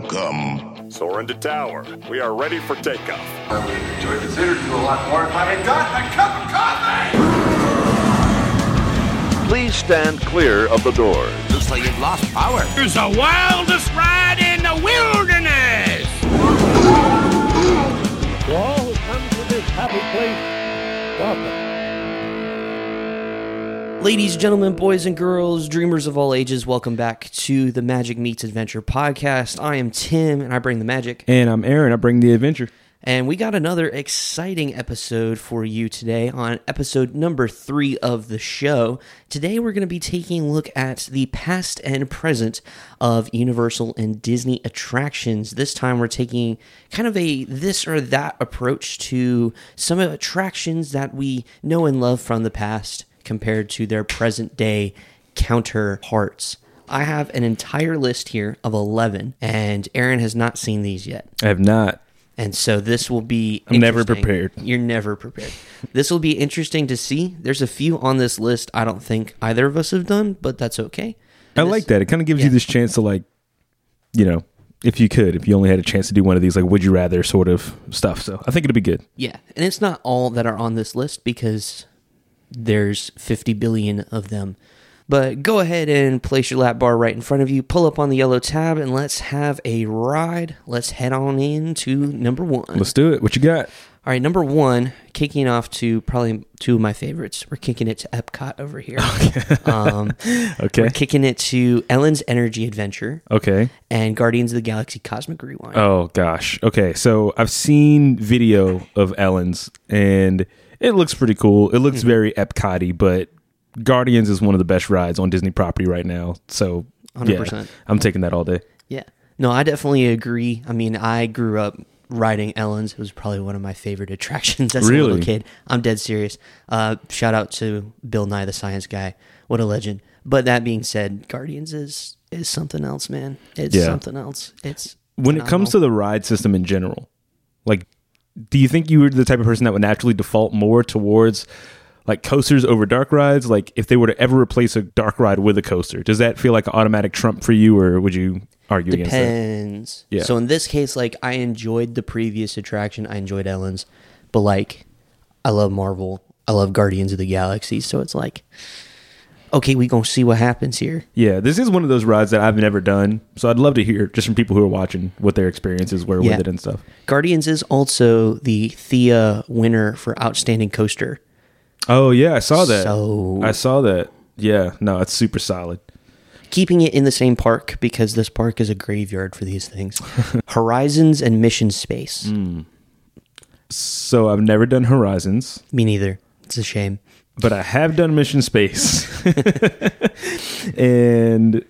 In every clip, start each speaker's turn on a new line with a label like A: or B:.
A: Welcome.
B: Soar into tower. We are ready for takeoff.
C: I would have enjoyed considered to do a lot more if I had gotten a cup of coffee!
D: Please stand clear of the doors.
E: Looks like you've lost power.
F: is the wildest ride in the wilderness.
G: To all who come to this happy place, welcome.
H: Ladies, gentlemen, boys, and girls, dreamers of all ages, welcome back to the Magic Meets Adventure podcast. I am Tim, and I bring the magic.
I: And I'm Aaron. I bring the adventure.
H: And we got another exciting episode for you today on episode number three of the show. Today, we're going to be taking a look at the past and present of Universal and Disney attractions. This time, we're taking kind of a this or that approach to some of the attractions that we know and love from the past compared to their present day counterparts. I have an entire list here of 11, and Aaron has not seen these yet.
I: I have not.
H: And so this will be.
I: I'm never
H: interesting.
I: prepared.
H: You're never prepared. this will be interesting to see. There's a few on this list I don't think either of us have done, but that's okay.
I: I like that. It kind of gives
H: yeah.
I: you this chance to like, you know, if you could, if you only had a chance to do one of these, like, would you rather sort of stuff. So I think it'll be good.
H: Yeah. And it's not all that are on this list because there's 50 billion of them. But go ahead and place your lap bar right in front of you, pull up on the yellow tab, and let's have a ride. Let's head on in to number one.
I: Let's do it. What you got?
H: All right, number one, kicking off to probably two of my favorites. We're kicking it to Epcot over here. um,
I: Okay.
H: We're kicking it to Ellen's Energy Adventure
I: Okay.
H: and Guardians of the Galaxy Cosmic Rewind.
I: Oh gosh. Okay. So I've seen video of Ellen's, and it looks pretty cool. It
H: Mm-hmm.
I: looks very Epcot-y, but Guardians is one of the best rides on Disney property right now. So yeah,
H: 100%.
I: I'm taking that all day.
H: Yeah. No, I definitely agree. I mean, I grew up riding Ellen's. It was probably one of my favorite attractions as a
I: Really?
H: little kid. I'm dead serious. Uh, shout out to Bill Nye, the science guy. What a legend. But that being said, Guardians is is something else, man. It's
I: Yeah.
H: something else. It's
I: when it comes to the ride system in general, like, do you think you were the type of person that would naturally default more towards like coasters over dark rides? Like, if they were to ever replace a dark ride with a coaster, does that feel like an automatic trump for you, or would you argue against
H: depends.
I: Yeah.
H: So in this case, like I enjoyed the previous attraction, I enjoyed Ellen's, but like I love Marvel, I love Guardians of the Galaxy, so it's like, okay, we gonna see what happens here.
I: that? Yeah, this is one of those rides that I've never done, so I'd love to hear just from people who are watching what their experiences were
H: Yeah.
I: with it and stuff.
H: Guardians is also the Thea winner for outstanding coaster.
I: Oh yeah, I saw that.
H: So-
I: I saw that. Yeah, no, it's super solid.
H: Keeping it in the same park because this park is a graveyard for these things. Horizons and Mission Space.
I: So I've never done Horizons.
H: Me neither. It's a shame.
I: but I have done Mission Space, and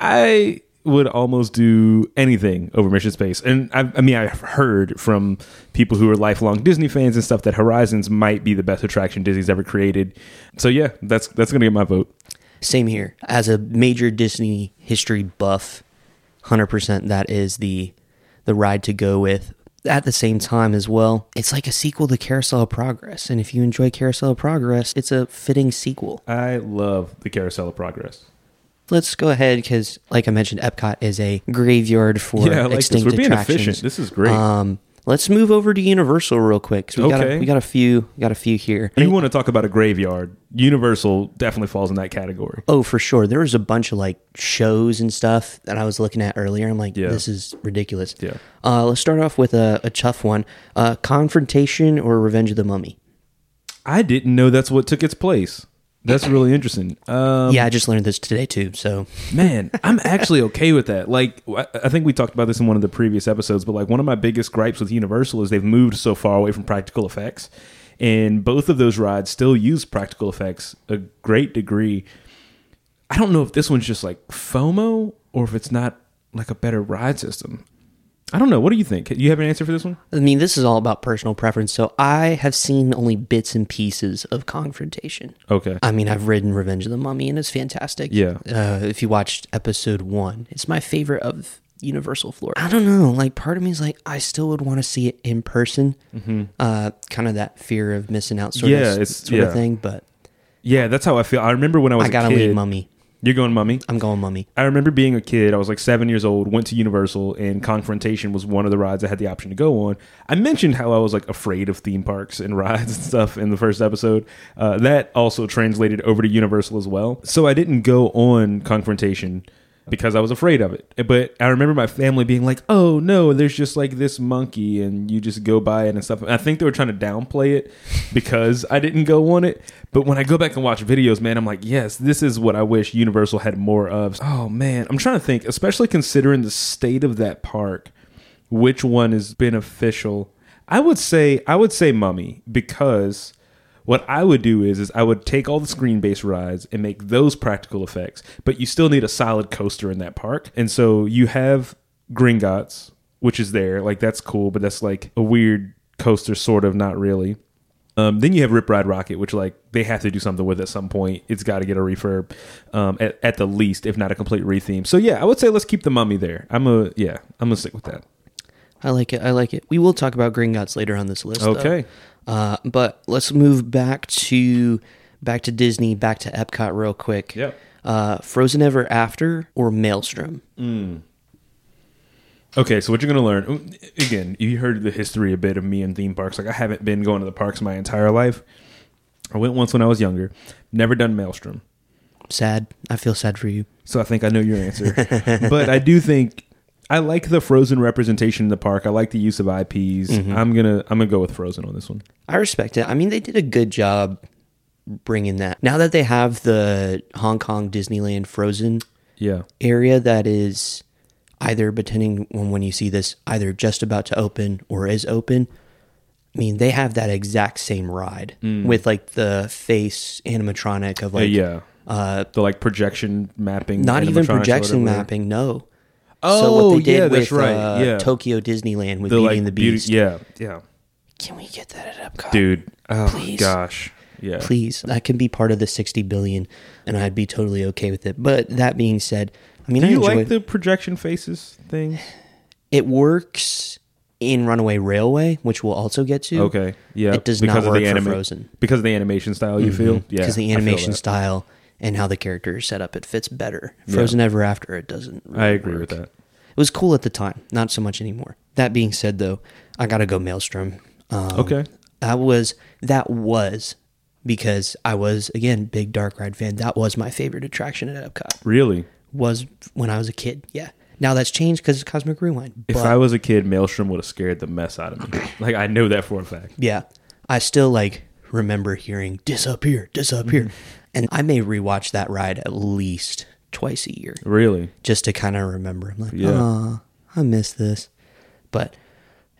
I: I would almost do anything over Mission Space. And I, I mean, I've heard from people who are lifelong Disney fans and stuff that Horizons might be the best attraction Disney's ever created. So yeah, that's that's gonna get my vote.
H: Same here. As a major Disney history buff, hundred percent that is the the ride to go with. At the same time as well, it's like a sequel to Carousel of Progress. And if you enjoy Carousel of Progress, it's a fitting sequel.
I: I love the Carousel of Progress.
H: Let's go ahead because, like I mentioned, Epcot is a graveyard for
I: Yeah, I like this.
H: extinct
I: We're being
H: attractions.
I: efficient. This is great.
H: Um, let's move over to Universal real quick. 'cause we got a,
I: Okay.
H: we got a few got a few here.
I: You want to talk about a graveyard? Universal definitely falls in that category.
H: Oh, for sure. There was a bunch of like shows and stuff that I was looking at earlier. I'm like,
I: Yeah.
H: this is ridiculous.
I: Yeah.
H: Uh, let's start off with a, a tough one: uh, confrontation or Revenge of the Mummy.
I: I didn't know that's what took its place. That's really interesting. Um,
H: yeah, I just learned this today too. So
I: Man, I'm actually okay with that. Like, I I think we talked about this in one of the previous episodes, but like one of my biggest gripes with Universal is they've moved so far away from practical effects, and both of those rides still use practical effects a great degree. I don't know if this one's just like FOMO or if it's not like a better ride system. I don't know. What do you think? You have an answer for this one?
H: I mean, this is all about personal preference. So I have seen only bits and pieces of confrontation.
I: Okay.
H: I mean, I've ridden Revenge of the Mummy and it's fantastic.
I: Yeah.
H: Uh, if you watched episode one, it's my favorite of Universal Florida. I don't know. Like, part of me is like, I still would want to see it in person. Uh, kind of that fear of missing out sort
I: Yeah,
H: of
I: it's-
H: sort
I: yeah.
H: of thing. But
I: yeah, that's how I feel. I remember when I was
H: I
I: a
H: gotta
I: kid-
H: leave Mummy.
I: You're going mummy.
H: I'm going mummy.
I: I remember being a kid. I was like seven years old. Went to Universal, and Confrontation was one of the rides I had the option to go on. I mentioned how I was like afraid of theme parks and rides and stuff in the first episode. Uh, that also translated over to Universal as well. So I didn't go on Confrontation because I was afraid of it. But I remember my family being like, "Oh no, there's just like this monkey, and you just go by it and stuff." And I think they were trying to downplay it because I didn't go on it. But when I go back and watch videos, man, I'm like, "Yes, this is what I wish Universal had more of." Oh man, I'm trying to think, especially considering the state of that park, which one is beneficial? I would say I would say Mummy because what I would do is is I would take all the screen based rides and make those practical effects, but you still need a solid coaster in that park. And so you have Gringotts, which is there, like that's cool, but that's like a weird coaster, sort of, not really. Um, then you have Rip Ride Rocket, which like they have to do something with at some point. It's got to get a refurb, um, at, at the least, if not a complete retheme. So yeah, I would say let's keep the mummy there. I'm a yeah, I'm gonna stick with that.
H: I like it. I like it. We will talk about Gringotts later on this list. though.
I: Okay.
H: Uh, but let's move back to back to Disney, back to Epcot real quick.
I: Yep.
H: Uh, Frozen Ever After or Maelstrom?
I: Okay, so what you're gonna learn again? You heard the history a bit of me and theme parks. Like I haven't been going to the parks my entire life. I went once when I was younger. Never done Maelstrom,
H: Sad. I feel sad for you.
I: so I think I know your answer. but I do think I like the Frozen representation in the park. I like the use of IPs.
H: Mm-hmm.
I: I'm gonna I'm gonna go with Frozen on this one.
H: I respect it. I mean, they did a good job bringing that. Now that they have the Hong Kong Disneyland Frozen
I: Yeah, Uh,
H: area that is either pretending when, when you see this either just about to open or is open i mean they have that exact same ride with like the face animatronic of like
I: Mm. yeah.
H: uh
I: The like projection mapping,
H: not even
I: animatronics or
H: projection
I: whatever.
H: mapping no
I: Oh, yeah, that's right, yeah.
H: uh, tokyo disneyland with
I: The
H: beauty
I: like
H: and the
I: beauty-
H: beast
I: Yeah, yeah,
H: can we get that at epcot
I: dude. Oh
H: Please.
I: gosh, yeah.
H: please that can be part of the 60 billion and i'd be totally okay with it but that being said i mean
I: Do
H: i
I: you
H: enjoy
I: like the projection faces thing?
H: it works in Runaway Railway, which we'll also get to.
I: Okay, yeah.
H: It does not
I: of
H: work
I: the
H: for
I: anima-
H: Frozen
I: because of the animation style. You feel yeah,
H: because the
I: I feel
H: animation
I: that.
H: style and how the character is set up, it fits better. Frozen Ever After, it doesn't.
I: I
H: really
I: agree with
H: work.
I: that.
H: It was cool at the time, not so much anymore. That being said, though, I gotta go Maelstrom. Um,
I: Okay.
H: that was that was because I was again big dark ride fan. That was my favorite attraction at Epcot.
I: Really,
H: Was when I was a kid. Yeah. Now that's changed because it's Cosmic Rewind.
I: if
H: but-
I: I was a kid, Maelstrom would have scared the mess out of me. like I know that for a fact.
H: Yeah. I still like remember hearing disappear, disappear.
I: Mm-hmm.
H: And I may rewatch that ride at least twice a year
I: Really,
H: just to kind of remember. I'm like,
I: Yeah.
H: oh, I miss this. But,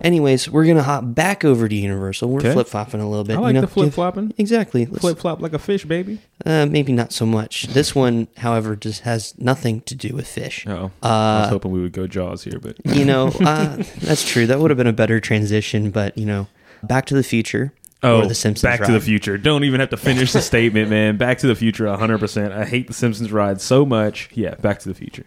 H: anyways, we're going to hop back over to Universal. We're
I: Okay.
H: flip flopping a little bit.
I: I like the flip-flopping.
H: Exactly. Let's-
I: flip flop like a fish, baby.
H: uh, maybe not so much. This one, however, just has nothing to do with fish.
I: Oh, I was hoping we would go Jaws here, but
H: You know, uh, that's true. That would have been a better transition, but, you know, Back to the Future
I: oh,
H: or The Simpsons
I: Back to the
H: ride.
I: Future. Don't even have to finish the statement, man. Back to the Future, 100. percent I hate the Simpsons ride so much. Yeah, Back to the Future.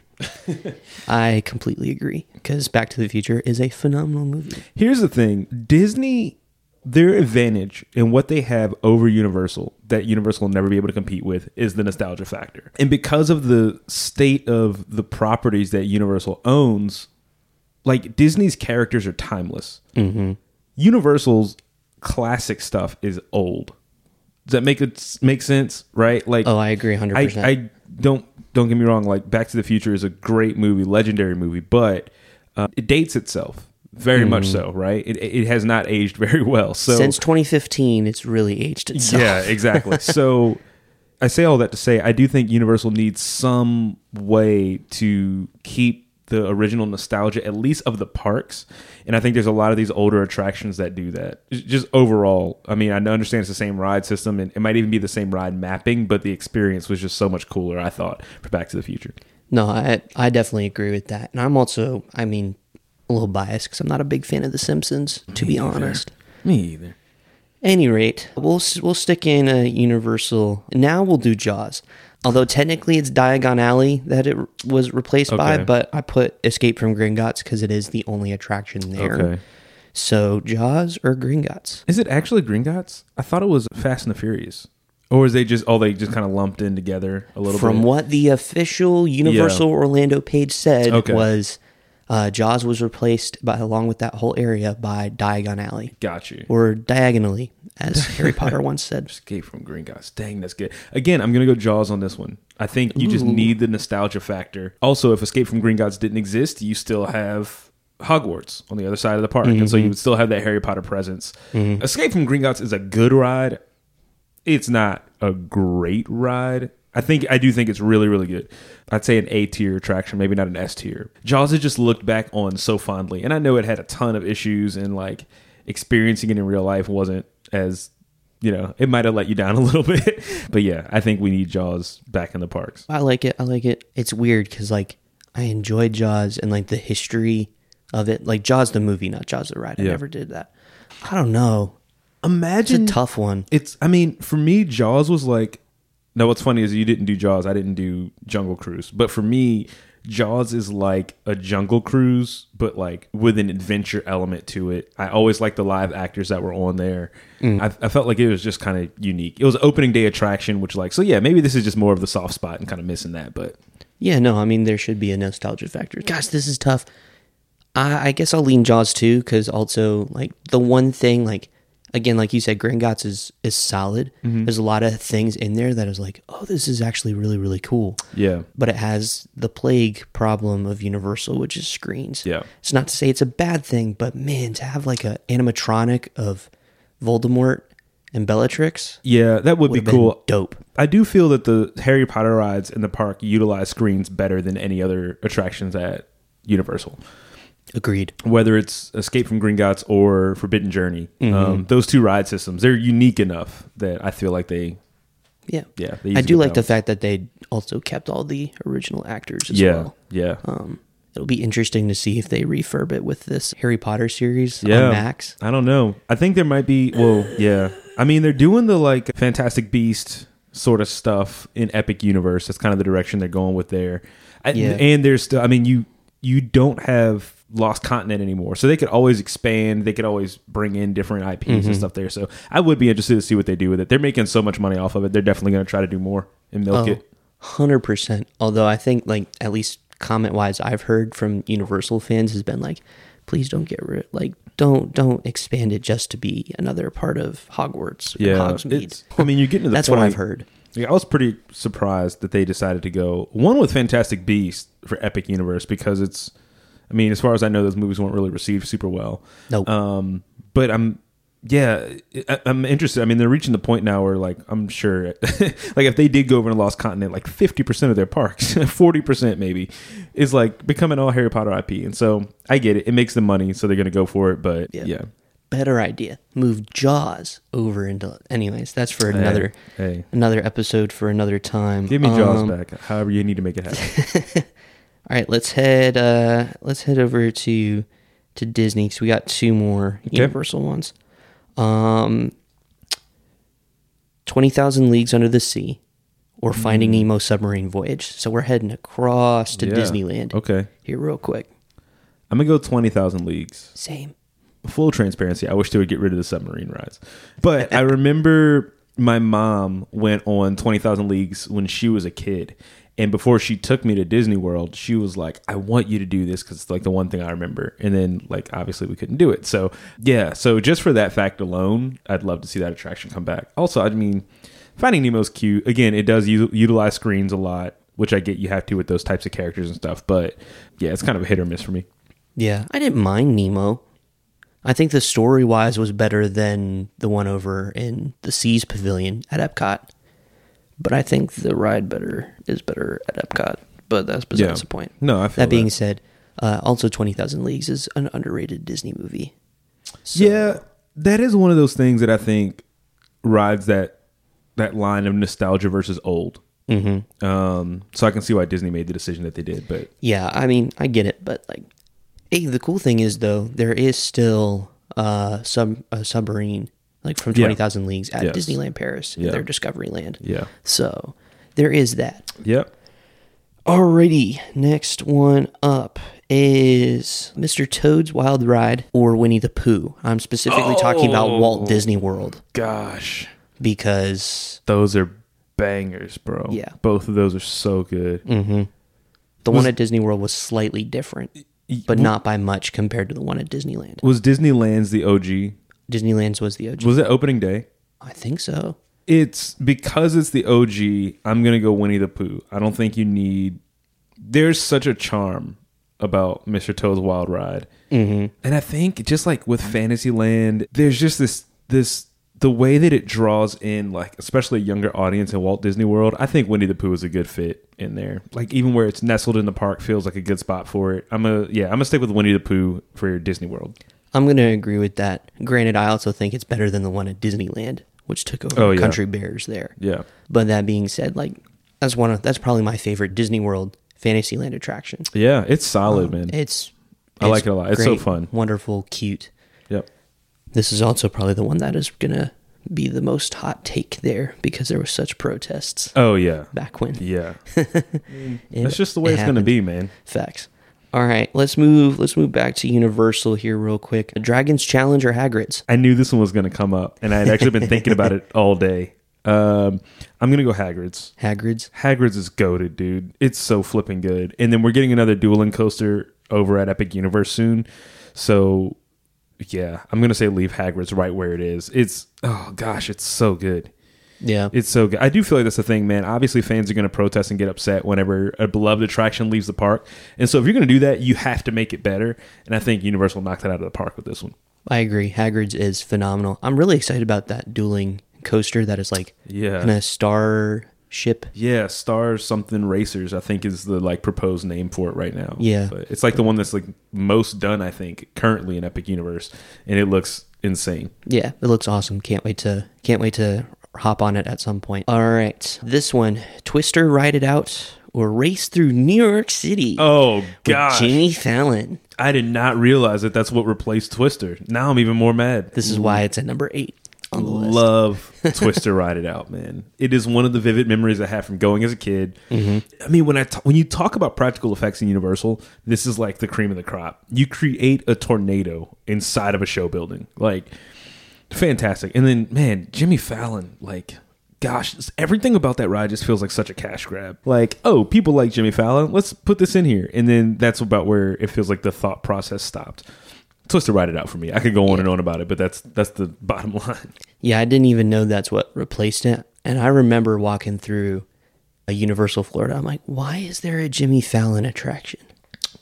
H: I completely agree because Back to the Future is a phenomenal movie.
I: Here's the thing Disney, their advantage and what they have over Universal that Universal will never be able to compete with is the nostalgia factor. And because of the state of the properties that Universal owns, like Disney's characters are timeless.
H: Mm-hmm.
I: Universal's classic stuff is old. Does that make it make sense? Right? Like,
H: Oh, I agree 100%.
I: I, I don't don't get me wrong. Like Back to the Future is a great movie, legendary movie, but uh, it dates itself very much so. Right? It, it has not aged very well. So
H: Since 2015, it's really aged itself.
I: yeah, exactly. so I say all that to say I do think Universal needs some way to keep the original nostalgia, at least of the parks. And I think there's a lot of these older attractions that do that. J- Just overall, I mean, I understand it's the same ride system and it might even be the same ride mapping, but the experience was just so much cooler, I thought, for Back to the Future.
H: No, I, I definitely agree with that. And I'm also, I mean, a little biased because I'm not a big fan of The Simpsons, to be
I: Mm,
H: honest.
I: Me either.
H: Any rate, we'll s- we'll stick in a Universal. Now we'll do Jaws. Although technically it's Diagon Alley that it r- was replaced by,
I: Okay.
H: but I put Escape from Gringotts because it is the only attraction there.
I: Okay.
H: So Jaws or Gringotts?
I: Is it actually Gringotts? I thought it was Fast and the Furious. Or is they just oh they just kind of lumped in together a little
H: From
I: bit?
H: what the official Universal Orlando page said
I: Okay.
H: was uh, Jaws was replaced by along with that whole area by Diagon Alley.
I: Got you.
H: Or diagonally, as Harry Potter once said.
I: Escape from Green Gods. Dang, that's good. Again, I'm gonna go Jaws on this one. I think you just need the nostalgia factor. Also, if Escape from Green Gods didn't exist, you still have Hogwarts on the other side of the park, and so you would still have that Harry Potter presence. Escape from Green Gods is a good ride. It's not a great ride. I think I do think it's really really good. I'd say an A tier attraction, maybe not an S tier. Jaws has just looked back on so fondly, and I know it had a ton of issues and like experiencing it in real life wasn't as you know, it might have let you down a little bit. But yeah, I think we need Jaws back in the parks.
H: I like it. I like it. It's weird because like I enjoyed Jaws and like the history of it, like Jaws the movie, not Jaws the ride. I
I: Yeah.
H: never did that. I don't know. It's
I: Imagine
H: a tough one.
I: It's I mean, for me, Jaws was like No, what's funny is you didn't do Jaws, I didn't do Jungle Cruise. But for me, Jaws is like a jungle cruise, but like with an adventure element to it. I always liked the live actors that were on there. I, I felt like it was just kind of unique. It was an opening day attraction, which like so yeah, maybe this is just more of the soft spot and kind of missing that. But
H: Yeah, no, I mean there should be a nostalgia factor. Gosh, this is tough. I, I guess I'll lean Jaws too, because also like the one thing, like again, like you said, Gringotts is is solid.
I: Mm-hmm.
H: There's a lot of things in there that is like, oh, this is actually really really cool.
I: yeah,
H: But it has the plague problem of Universal, which is screens.
I: Yeah.
H: It's not to say it's a bad thing, but man, to have like a animatronic of Voldemort and Bellatrix
I: yeah, that would
H: would be
I: be
H: cool.
I: cool.
H: Been dope.
I: I do feel that the Harry Potter rides in the park utilize screens better than any other attractions at Universal.
H: Agreed.
I: Whether it's Escape from Green Gots or Forbidden Journey,
H: Mm-hmm.
I: um, those two ride systems they're unique enough that I feel like they
H: Yeah.
I: yeah. They use
H: I
I: a
H: do
I: good
H: like the
I: balance.
H: fact that they also kept all the original actors as
I: yeah
H: well.
I: yeah
H: It'll be interesting to see if they refurb it with this Harry Potter series
I: yeah
H: on Max.
I: I don't know. I think there might be well yeah. I mean they're doing the like Fantastic Beast sort of stuff in Epic Universe. That's kind of the direction they're going with there. I,
H: Yeah.
I: And there's still I mean you you don't have Lost Continent anymore. So they could always expand, they could always bring in different IPs
H: Mm-hmm.
I: and stuff there. So I would be interested to see what they do with it. They're making so much money off of it. They're definitely going to try to do more and milk
H: Oh.
I: it.
H: Hundred percent. Although I think like at least comment wise I've heard from Universal fans has been like, please don't get rid like don't don't expand it just to be another part of Hogwarts. or
I: Yeah.
H: Hogsmeade.
I: it's- I mean, you're getting to the
H: That's what I've
I: point-
H: heard.
I: Yeah, I was pretty surprised that they decided to go one with Fantastic Beast for Epic Universe because it's, I mean, as far as I know, those movies weren't really received super well.
H: Nope.
I: Um, but I'm, yeah, I, I'm interested. I mean, they're reaching the point now where, like, I'm sure, like, if they did go over to Lost Continent, like, 50% of their parks, 40% maybe, is like becoming all Harry Potter IP. And so I get it. It makes them money, so they're going to go for it. But yeah.
H: Better idea. Move Jaws over into anyways, that's for another
I: hey.
H: another episode for another time.
I: Give me Jaws
H: Um,
I: back, however you need to make it happen.
H: All right, let's head uh let's head over to to Disney cuz we got two more Universal ones. Um 20,000 Leagues Under the Sea or
I: Hmm.
H: Finding Nemo Submarine Voyage. So we're heading across to
I: Yeah.
H: Disneyland.
I: Okay.
H: Here real quick.
I: I'm going to go 20,000 Leagues.
H: Same.
I: full transparency, I wish they would get rid of the submarine rides. But I remember my mom went on 20,000 Leagues when she was a kid. And before she took me to Disney World, she was like, I want you to do this because it's like the one thing I remember. And then, like, obviously we couldn't do it. So, yeah. So, just for that fact alone, I'd love to see that attraction come back. Also, I mean, Finding Nemo's cute. Again, it does u- utilize screens a lot, which I get you have to with those types of characters and stuff. But yeah, it's kind of a hit or miss for me.
H: Yeah, I didn't mind Nemo. I think the story wise was better than the one over in the Seas Pavilion at Epcot. But I think the ride better is better at Epcot. But that's besides
I: Yeah.
H: the point.
I: No, I feel
H: that being
I: that.
H: said, uh, also Twenty Thousand Leagues is an underrated Disney movie. So-
I: Yeah, that is one of those things that I think rides that that line of nostalgia versus old. Mm-hmm. Um, so I can see why Disney made the decision that they did, but
H: Yeah, I mean, I get it, but like, hey, the cool thing is though, there is still uh, sub a submarine like from
I: Yeah.
H: Twenty Thousand Leagues at
I: Yes.
H: Disneyland Paris,
I: Yeah.
H: at their Discovery Land.
I: Yeah.
H: so there is that.
I: yep.
H: Alrighty, next one up is Mr. Toad's Wild
I: Oh.
H: Ride or Winnie the Pooh. I'm specifically talking about Walt Disney World.
I: Gosh,
H: because
I: Those are bangers, bro.
H: Yeah.
I: Both of those are so good.
H: the one at Disney World was slightly different, but not by much compared to the one at Disneyland.
I: Was Disneyland's the OG?
H: Disneyland's was the OG.
I: Was it opening day?
H: I think so.
I: It's because it's the OG, I'm going to go Winnie the Pooh. I don't think you need. There's such a charm about Mr. Toad's Wild Ride. Mm-hmm. And I think just like with Fantasyland, there's just this this the way that it draws in like especially a younger audience in Walt Disney World. I think Winnie the Pooh is a good fit in there. Like even where it's nestled in the park feels like a good spot for it. I'm a yeah, I'm gonna stick with Winnie the Pooh for Disney World.
H: I'm going to agree with that. Granted, I also think it's better than the one at Disneyland, which took over
I: Oh, yeah.
H: Country Bears there.
I: Yeah.
H: But that being said, like that's one of that's probably my favorite Disney World Fantasyland attraction.
I: Yeah, it's solid, man.
H: It's
I: I like it a lot. It's so fun.
H: wonderful, cute.
I: yep.
H: This is also probably the one that is going to be the most hot take there because there was such protests
I: Oh yeah.
H: back when.
I: Yeah.
H: It-
I: That's just the way
H: it
I: it's going to
H: happened.
I: be, man.
H: Facts. All right, let's move. Let's move back to Universal here real quick. Dragons Challenge or Hagrid's?
I: I knew this one was going to come up, and I had actually been thinking about it all day. Um, I'm going to go Hagrid's.
H: Hagrid's.
I: Hagrid's is goaded, dude. It's so flipping good. And then we're getting another dueling coaster over at Epic Universe soon. So, yeah, I'm going to say leave Hagrid's right where it is. It's, oh gosh, it's so good.
H: Yeah.
I: It's so good. I do feel like that's the thing, man. Obviously, fans are going to protest and get upset whenever a beloved attraction leaves the park. And so, if you're going to do that, you have to make it better. And I think Universal knocked that out of the park with this one.
H: I agree. Hagrid's is phenomenal. I'm really excited about that dueling coaster that is like
I: Yeah.
H: kind of starship.
I: Yeah, Star something Racers, I think is the like proposed name for it right now.
H: Yeah.
I: But it's like the one that's like most done, I think, currently in Epic Universe, and it looks insane.
H: Yeah, it looks awesome. Can't wait to can't wait to hop on it at some point. All right, this one, Twister, ride it out or race through New York City.
I: Oh
H: with
I: gosh,
H: Jimmy Fallon.
I: I did not realize that that's what replaced Twister. Now I'm even more mad.
H: This is why it's at number eight on the list.
I: Love Twister Ride It Out, man. It is one of the vivid memories I have from going as a kid.
H: Mm-hmm.
I: I mean, when I t- when you talk about practical effects in Universal, this is like the cream of the crop. You create a tornado inside of a show building, like fantastic. And then, man, Jimmy Fallon, like. Gosh, just everything about that ride just feels like such a cash grab. Like, oh, people like Jimmy Fallon. Let's put this in here, and then that's about where it feels like the thought process stopped. Twister, ride it out for me. I could go on and on about it, but that's that's the bottom line.
H: Yeah, I didn't even know that's what replaced it. And I remember walking through a Universal Florida. I'm like, why is there a Jimmy Fallon attraction?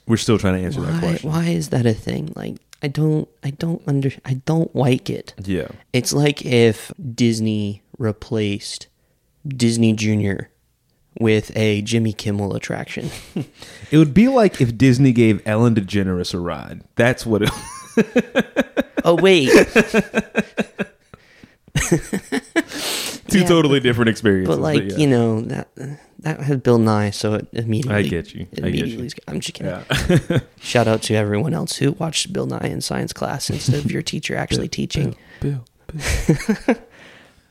I: We're still trying to answer that
H: why,
I: question.
H: why is that a thing? Like, I don't, I don't under, I don't like it.
I: Yeah.
H: It's like if Disney replaced Disney Junior with a Jimmy Kimmel attraction.
I: It would be like if Disney gave Ellen DeGeneres a ride. That's what it
H: oh wait,
I: two
H: Yeah,
I: totally different experiences.
H: but like
I: yeah.
H: you know that that had Bill Nye, so it immediately.
I: I get you. I get you.
H: immediately is- I'm just kidding.
I: Yeah.
H: Shout out to everyone else who watched Bill Nye in science class instead of your teacher actually teaching.
I: Bill, Bill.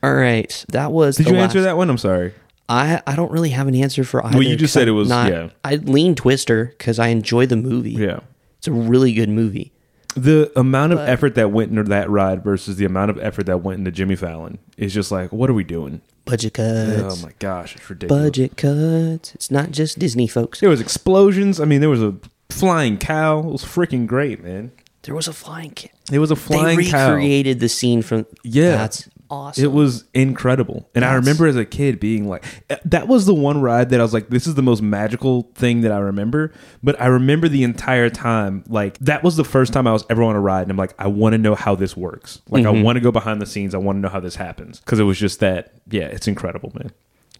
H: All right, that was.
I: Did
H: the
I: you answer
H: last-
I: that one? I'm sorry.
H: I I don't really have an answer for either.
I: you
H: 'cause
I: just said it
H: I'm
I: was-
H: not-
I: yeah.
H: I lean Twister because I enjoy the movie.
I: Yeah.
H: it's a really good movie.
I: The amount of effort that went into that ride versus the amount of effort that went into Jimmy Fallon is just like, what are we doing?
H: Budget cuts.
I: oh my gosh, it's ridiculous.
H: budget cuts. It's not just Disney, folks.
I: There was explosions. I mean, there was a flying cow. It was freaking great, man.
H: There was a flying kid.
I: It was a flying
H: they
I: cow.
H: recreated the scene from.
I: Yeah.
H: that's awesome.
I: It was incredible. And I
H: That's-
I: remember as a kid being like, eh, that was the one ride that I was like, this is the most magical thing that I remember. But I remember the entire time, like, that was the first time I was ever on a ride. And I'm like, I want to know how this works. Like,
H: Mm-hmm.
I: I want to go behind the scenes. I want to know how this happens. Cause it was just that, yeah, it's incredible, man.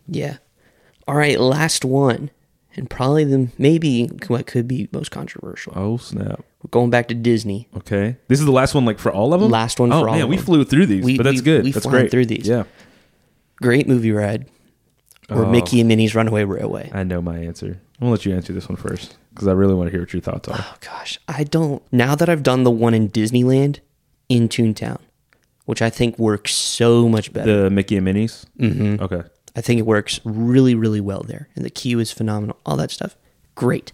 H: Yeah. All right, last one, and probably the maybe what could be most controversial.
I: Oh, snap.
H: We're going back to Disney.
I: Okay. This is the last one, like, for all of them?
H: Last one
I: oh,
H: for all
I: man,
H: of
I: we
H: them.
I: flew through these,
H: We-
I: but that's
H: we-
I: good.
H: we
I: that's
H: flown
I: great.
H: through these.
I: Yeah.
H: Great movie ride, or
I: Oh.
H: Mickey and Minnie's Runaway Railway.
I: I know my answer. I'm going to let you answer this one first because I really want to hear what your thoughts are.
H: Oh gosh, I don't. Now that I've done the one in Disneyland, in Toontown, which I think works so much better.
I: the Mickey and Minnie's? Mm-hmm. Okay.
H: I think it works really, really well there. And the queue is phenomenal. All that stuff. Great.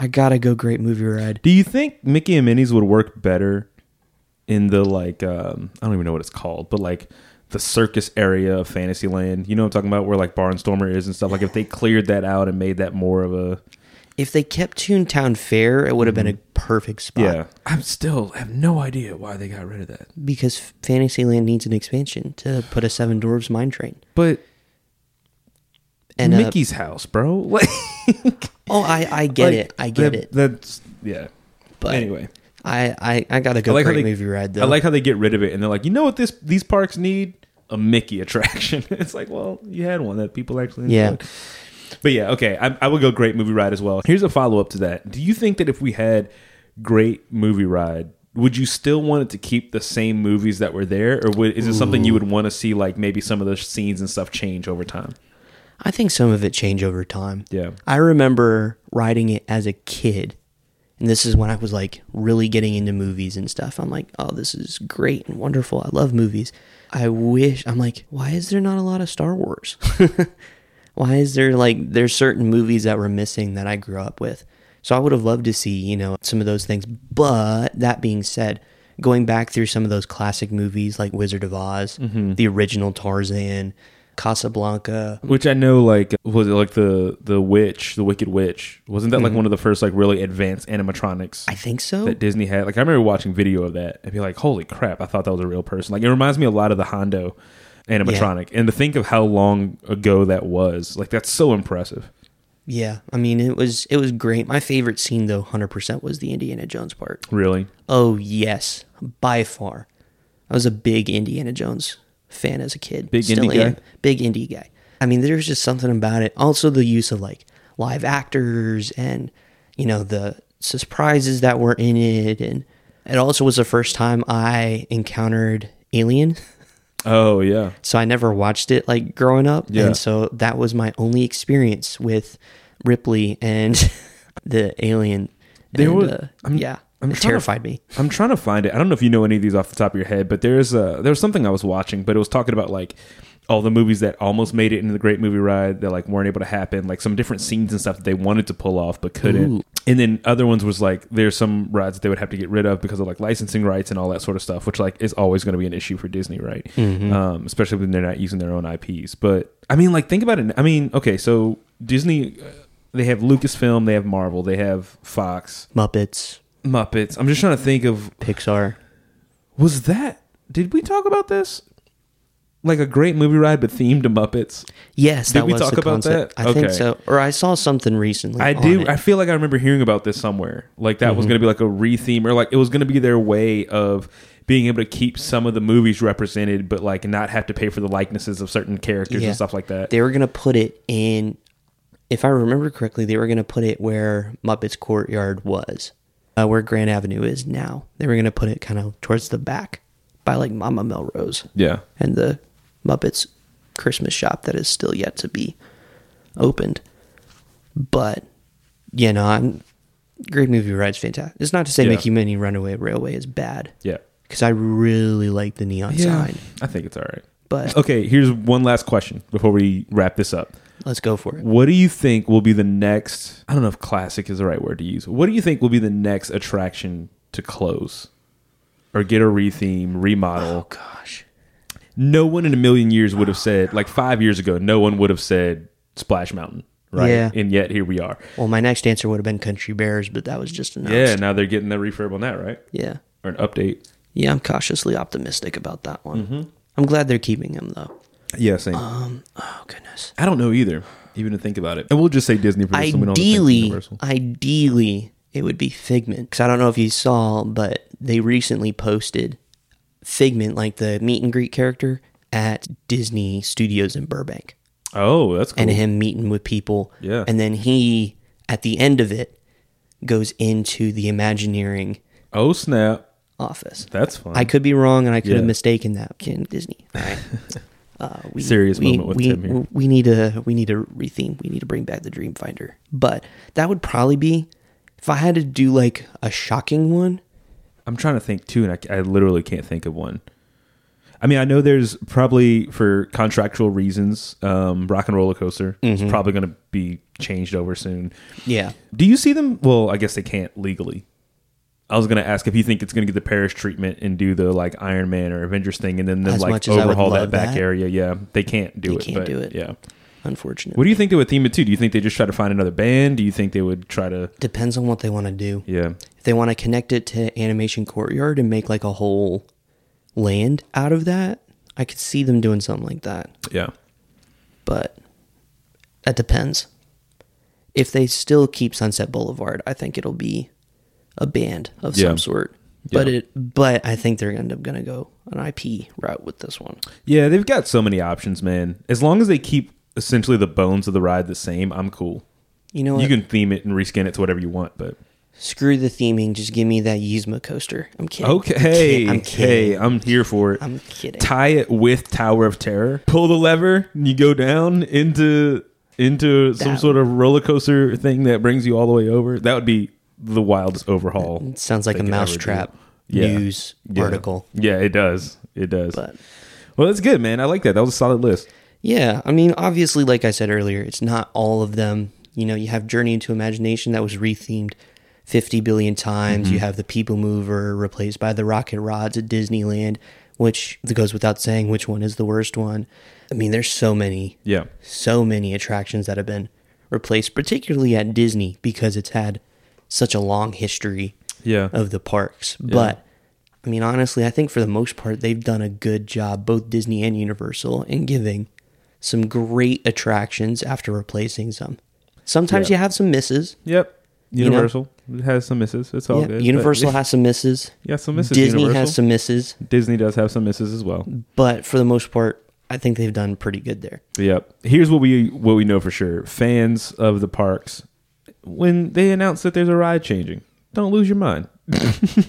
H: I gotta go great movie ride.
I: Do you think Mickey and Minnie's would work better in the like um I don't even know what it's called, but like the circus area of Fantasyland. You know what I'm talking about, where like Barnstormer is and stuff. Like if they cleared that out and made that more of a
H: If they kept Toontown Fair, it would have been a perfect spot.
I: Mm-hmm. yeah, I'm still have no idea why they got rid of that.
H: Because Fantasyland needs an expansion to put a Seven Dwarves Mine Train.
I: But
H: And uh,
I: Mickey's house, bro. Like,
H: oh, I, I get it. I get it.
I: That's yeah.
H: But
I: anyway.
H: I, I, I got to
I: I
H: go
I: like how
H: great
I: they-
H: movie ride though.
I: I like how they get rid of it and they're like, you know what this these parks need? A Mickey attraction. it's like, well, you had one that people actually
H: Yeah.
I: enjoyed. But yeah, okay. I, I would go great movie ride as well. Here's a follow up to that. Do you think that if we had great movie ride, would you still want it to keep the same movies that were there, or would, is it something you would want to see, like maybe some of the scenes and stuff change over time?
H: I think some of it changed over time.
I: Yeah.
H: I remember riding it as a kid. And this is when I was like really getting into movies and stuff. I'm like, oh, this is great and wonderful. I love movies. I wish, I'm like, why is there not a lot of Star Wars? why is there like, there's certain movies that were missing that I grew up with. So I would have loved to see, you know, some of those things. But that being said, going back through some of those classic movies like Wizard of Oz, the original Tarzan, Casablanca,
I: Which I know, like, was it like the the witch, the Wicked Witch? Wasn't that like one of the first like really advanced animatronics?
H: I think so.
I: that Disney had. Like I remember watching video of that and be like, "Holy crap! I thought that was a real person." Like it reminds me a lot of the Hondo animatronic. And to think of how long ago that was, like that's so impressive.
H: Yeah, I mean it was it was great. My favorite scene though, hundred percent, was the Indiana Jones part.
I: Really,
H: Oh yes, by far. I was a big Indiana Jones fan as a kid.
I: Big indie
H: am.
I: guy?
H: Big indie guy. I mean, there's just something about it. Also, the use of like live actors and you know the surprises that were in it, and it also was the first time I encountered Alien.
I: oh yeah,
H: So I never watched it like growing up.
I: Yeah.
H: And so that was my only experience with Ripley and the alien.
I: There
H: and,
I: was-
H: uh,
I: I'm-
H: yeah,
I: I'm
H: it
I: trying to-
H: terrified me.
I: I'm trying to find it. I don't know if you know any of these off the top of your head, but there's a there was something I was watching, but it was talking about like all the movies that almost made it into the Great Movie Ride that like weren't able to happen, like some different scenes and stuff that they wanted to pull off but couldn't. And then other ones was like there's some rides that they would have to get rid of because of like licensing rights and all that sort of stuff, which like is always going to be an issue for Disney, right?
H: Mm-hmm.
I: Um, especially when they're not using their own IPs. But I mean, like think about it. I mean, okay, so Disney. uh, They have Lucasfilm, they have Marvel, they have Fox,
H: Muppets,
I: Muppets. I'm just trying to think of
H: Pixar.
I: was that? Did we talk about this? Like a great movie ride, but themed to Muppets.
H: Yes,
I: Did
H: that
I: we
H: was
I: talk
H: the
I: about
H: concept.
I: that?
H: I think
I: Okay.
H: so. Or I saw something recently.
I: I
H: on
I: do.
H: it. Mm-hmm.
I: I feel like I remember hearing about this somewhere. Like that was going to be like a retheme, or like it was going to be their way of being able to keep some of the movies represented, but like not have to pay for the likenesses of certain characters
H: Yeah.
I: and stuff like that.
H: They were gonna put it in. If I remember correctly, they were gonna put it where Muppets Courtyard was, uh, where Grand Avenue is now. They were gonna put it kind of towards the back, by like Mama Melrose.
I: yeah.
H: and the Muppets Christmas shop that is still yet to be opened. But you know, I'm, great movie ride's fantastic. It's not to say
I: Yeah.
H: Mickey Minnie Runaway Railway is bad.
I: Yeah.
H: because I really like the neon sign.
I: I think it's all right.
H: But
I: Okay, here's one last question before we wrap this up.
H: let's go for it.
I: What do you think will be the next? I don't know if classic is the right word to use. What do you think will be the next attraction to close or get a retheme,
H: Oh,
I: remodel?
H: Gosh,
I: No one in a million years would have said, like five years ago, no one would have said Splash Mountain, right?
H: Yeah.
I: And yet here we are.
H: well, my next answer would have been Country Bears, but that was just announced.
I: Yeah, now they're getting the refurb on that, right?
H: yeah,
I: Or an update.
H: yeah. I'm cautiously optimistic about that one. I'm glad they're keeping him though.
I: Yeah, same.
H: Oh goodness.
I: I don't know either, even to think about it. And we'll just say Disney for this, so we don't have to think
H: ideally,
I: Universal.
H: ideally, it would be Figment. Because I don't know if you saw, but they recently posted Figment, like the meet and greet character, at Disney Studios in Burbank,
I: Oh, that's cool.
H: and him meeting with people.
I: Yeah.
H: And then he, at the end of it, goes into the Imagineering
I: oh, snap.
H: office.
I: That's fun.
H: I could be wrong, and I could
I: Yeah.
H: have mistaken that. Can Disney? All right. Uh, we,
I: Serious
H: we,
I: moment with
H: we,
I: Tim here.
H: We need to we need to retheme. We need to bring back the Dreamfinder. But that would probably be if I had to do like a shocking one.
I: I'm trying to think too, and I, I literally can't think of one. I mean, I know there's probably for contractual reasons, um, Rock and Roller Coaster
H: Mm-hmm.
I: is probably going to be changed over soon.
H: Yeah,
I: Do you see them? Well, I guess they can't legally. I was gonna ask if you think it's gonna get the Paris treatment and do the like Iron Man or Avengers thing, and then then
H: As
I: like
H: much as I would
I: overhaul
H: love
I: that back
H: that.
I: area. Yeah, they can't do
H: They
I: it.
H: can't
I: but,
H: do it.
I: Yeah.
H: Unfortunately,
I: What do you think they would theme it to? Do you think they just try to find another band? Do you think they would try to?
H: depends on what they want to do.
I: Yeah.
H: If they want to connect it to Animation Courtyard and make like a whole land out of that, I could see them doing something like that.
I: Yeah.
H: But that depends. If they still keep Sunset Boulevard, I think it'll be a band of
I: Yeah.
H: some sort. But
I: Yeah.
H: it, but I think they're end up gonna go an IP route with this one.
I: Yeah, they've got so many options, man. As long as they keep essentially the bones of the ride the same, I'm cool.
H: You know what?
I: You can theme it and reskin it to whatever you want, but
H: Screw the theming. Just give me that Yzma coaster. I'm kidding.
I: okay,
H: I'm
I: okay,
H: kidding. I'm kidding.
I: I'm here for it.
H: I'm kidding.
I: Tie it with Tower of Terror. Pull the lever, and you go down into into some
H: That-
I: sort of roller coaster thing that brings you all the way over. That would be the wildest overhaul.
H: Sounds like
I: they
H: a
I: could ever do.
H: mousetrap
I: Yeah.
H: news
I: Yeah.
H: article.
I: Yeah, it does. It does.
H: But
I: well, that's good, man. I like that. That was a solid list.
H: yeah, I mean, obviously, like I said earlier, it's not all of them. You know, you have Journey into Imagination that was rethemed 50 billion times.
I: Mm-hmm.
H: You have the People Mover replaced by the Rocket Rods at Disneyland, which it goes without saying which one is the worst one. I mean, there's so many
I: Yeah.
H: so many attractions that have been replaced, particularly at Disney, because it's had such a long history
I: Yeah.
H: of the parks. But I mean, honestly, I think for the most part, they've done a good job, both Disney and Universal, in giving some great attractions after replacing some. Sometimes
I: Yeah.
H: you have some misses.
I: Yep.
H: know?
I: Universal has some misses. It's all
H: Yeah,
I: good. but-
H: Universal has some misses.
I: Yeah, some misses,
H: Disney
I: Universal.
H: has some Mm. misses,
I: Disney does have some misses as well.
H: but for the most part, I think they've done pretty good there.
I: But yep. Here's what we what we know for sure. Fans of the parks, when they announce that there's a ride changing, don't lose your mind.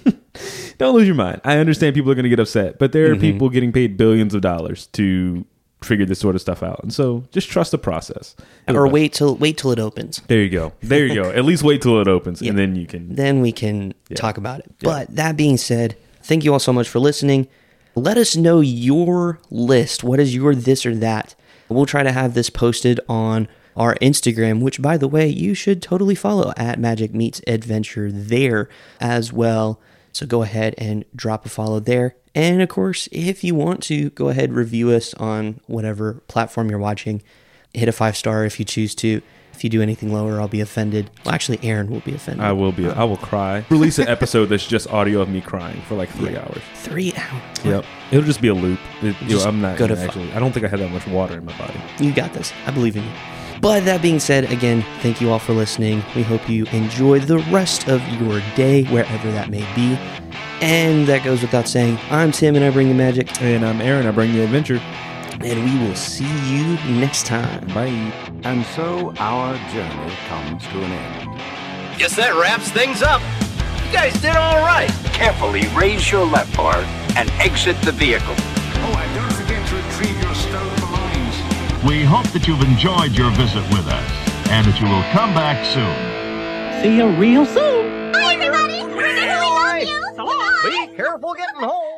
I: don't lose your mind. I understand people are going to get upset, but there are
H: Mm-hmm.
I: people getting paid billions of dollars to figure this sort of stuff out, and so just trust the process.
H: Or wait till wait till it opens.
I: There you go. There you go. At least wait till it opens,
H: Yeah.
I: and then you can.
H: then we can talk about it. But that being said, thank you all so much for listening. Let us know your list. What is your this or that? We'll try to have this posted on our Instagram, which, by the way, you should totally follow at Magic Meets Adventure there as well. So go ahead and drop a follow there. And of course, if you want to, go ahead review us on whatever platform you're watching. Hit a five star if you choose to. If you do anything lower, I'll be offended. Well, actually, Aaron will be offended.
I: I will be. I will cry. Release an episode that's just audio of me crying for like three hours.
H: Three hours.
I: Yep. It'll just be a loop. It- you know,
H: Just
I: I'm not
H: go to
I: gonna
H: fu-
I: actually. I don't think I had that much water in my body.
H: You got this. I believe in you. But that being said, again, thank you all for listening. We hope you enjoy the rest of your day, wherever that may be. And that goes without saying, I'm Tim and I bring you magic,
I: And I'm Aaron. I bring you adventure.
H: and we will see you next time.
I: Bye.
A: And so our journey comes to an end.
F: Guess that wraps things up. You guys did all right.
A: Carefully raise your left bar and exit the vehicle.
C: Oh, and don't forget to retrieve your stolen belongings.
E: We hope that you've enjoyed your visit with us and that you will come back soon.
J: Hi, everybody. We love you. Bye.
A: Be careful getting home.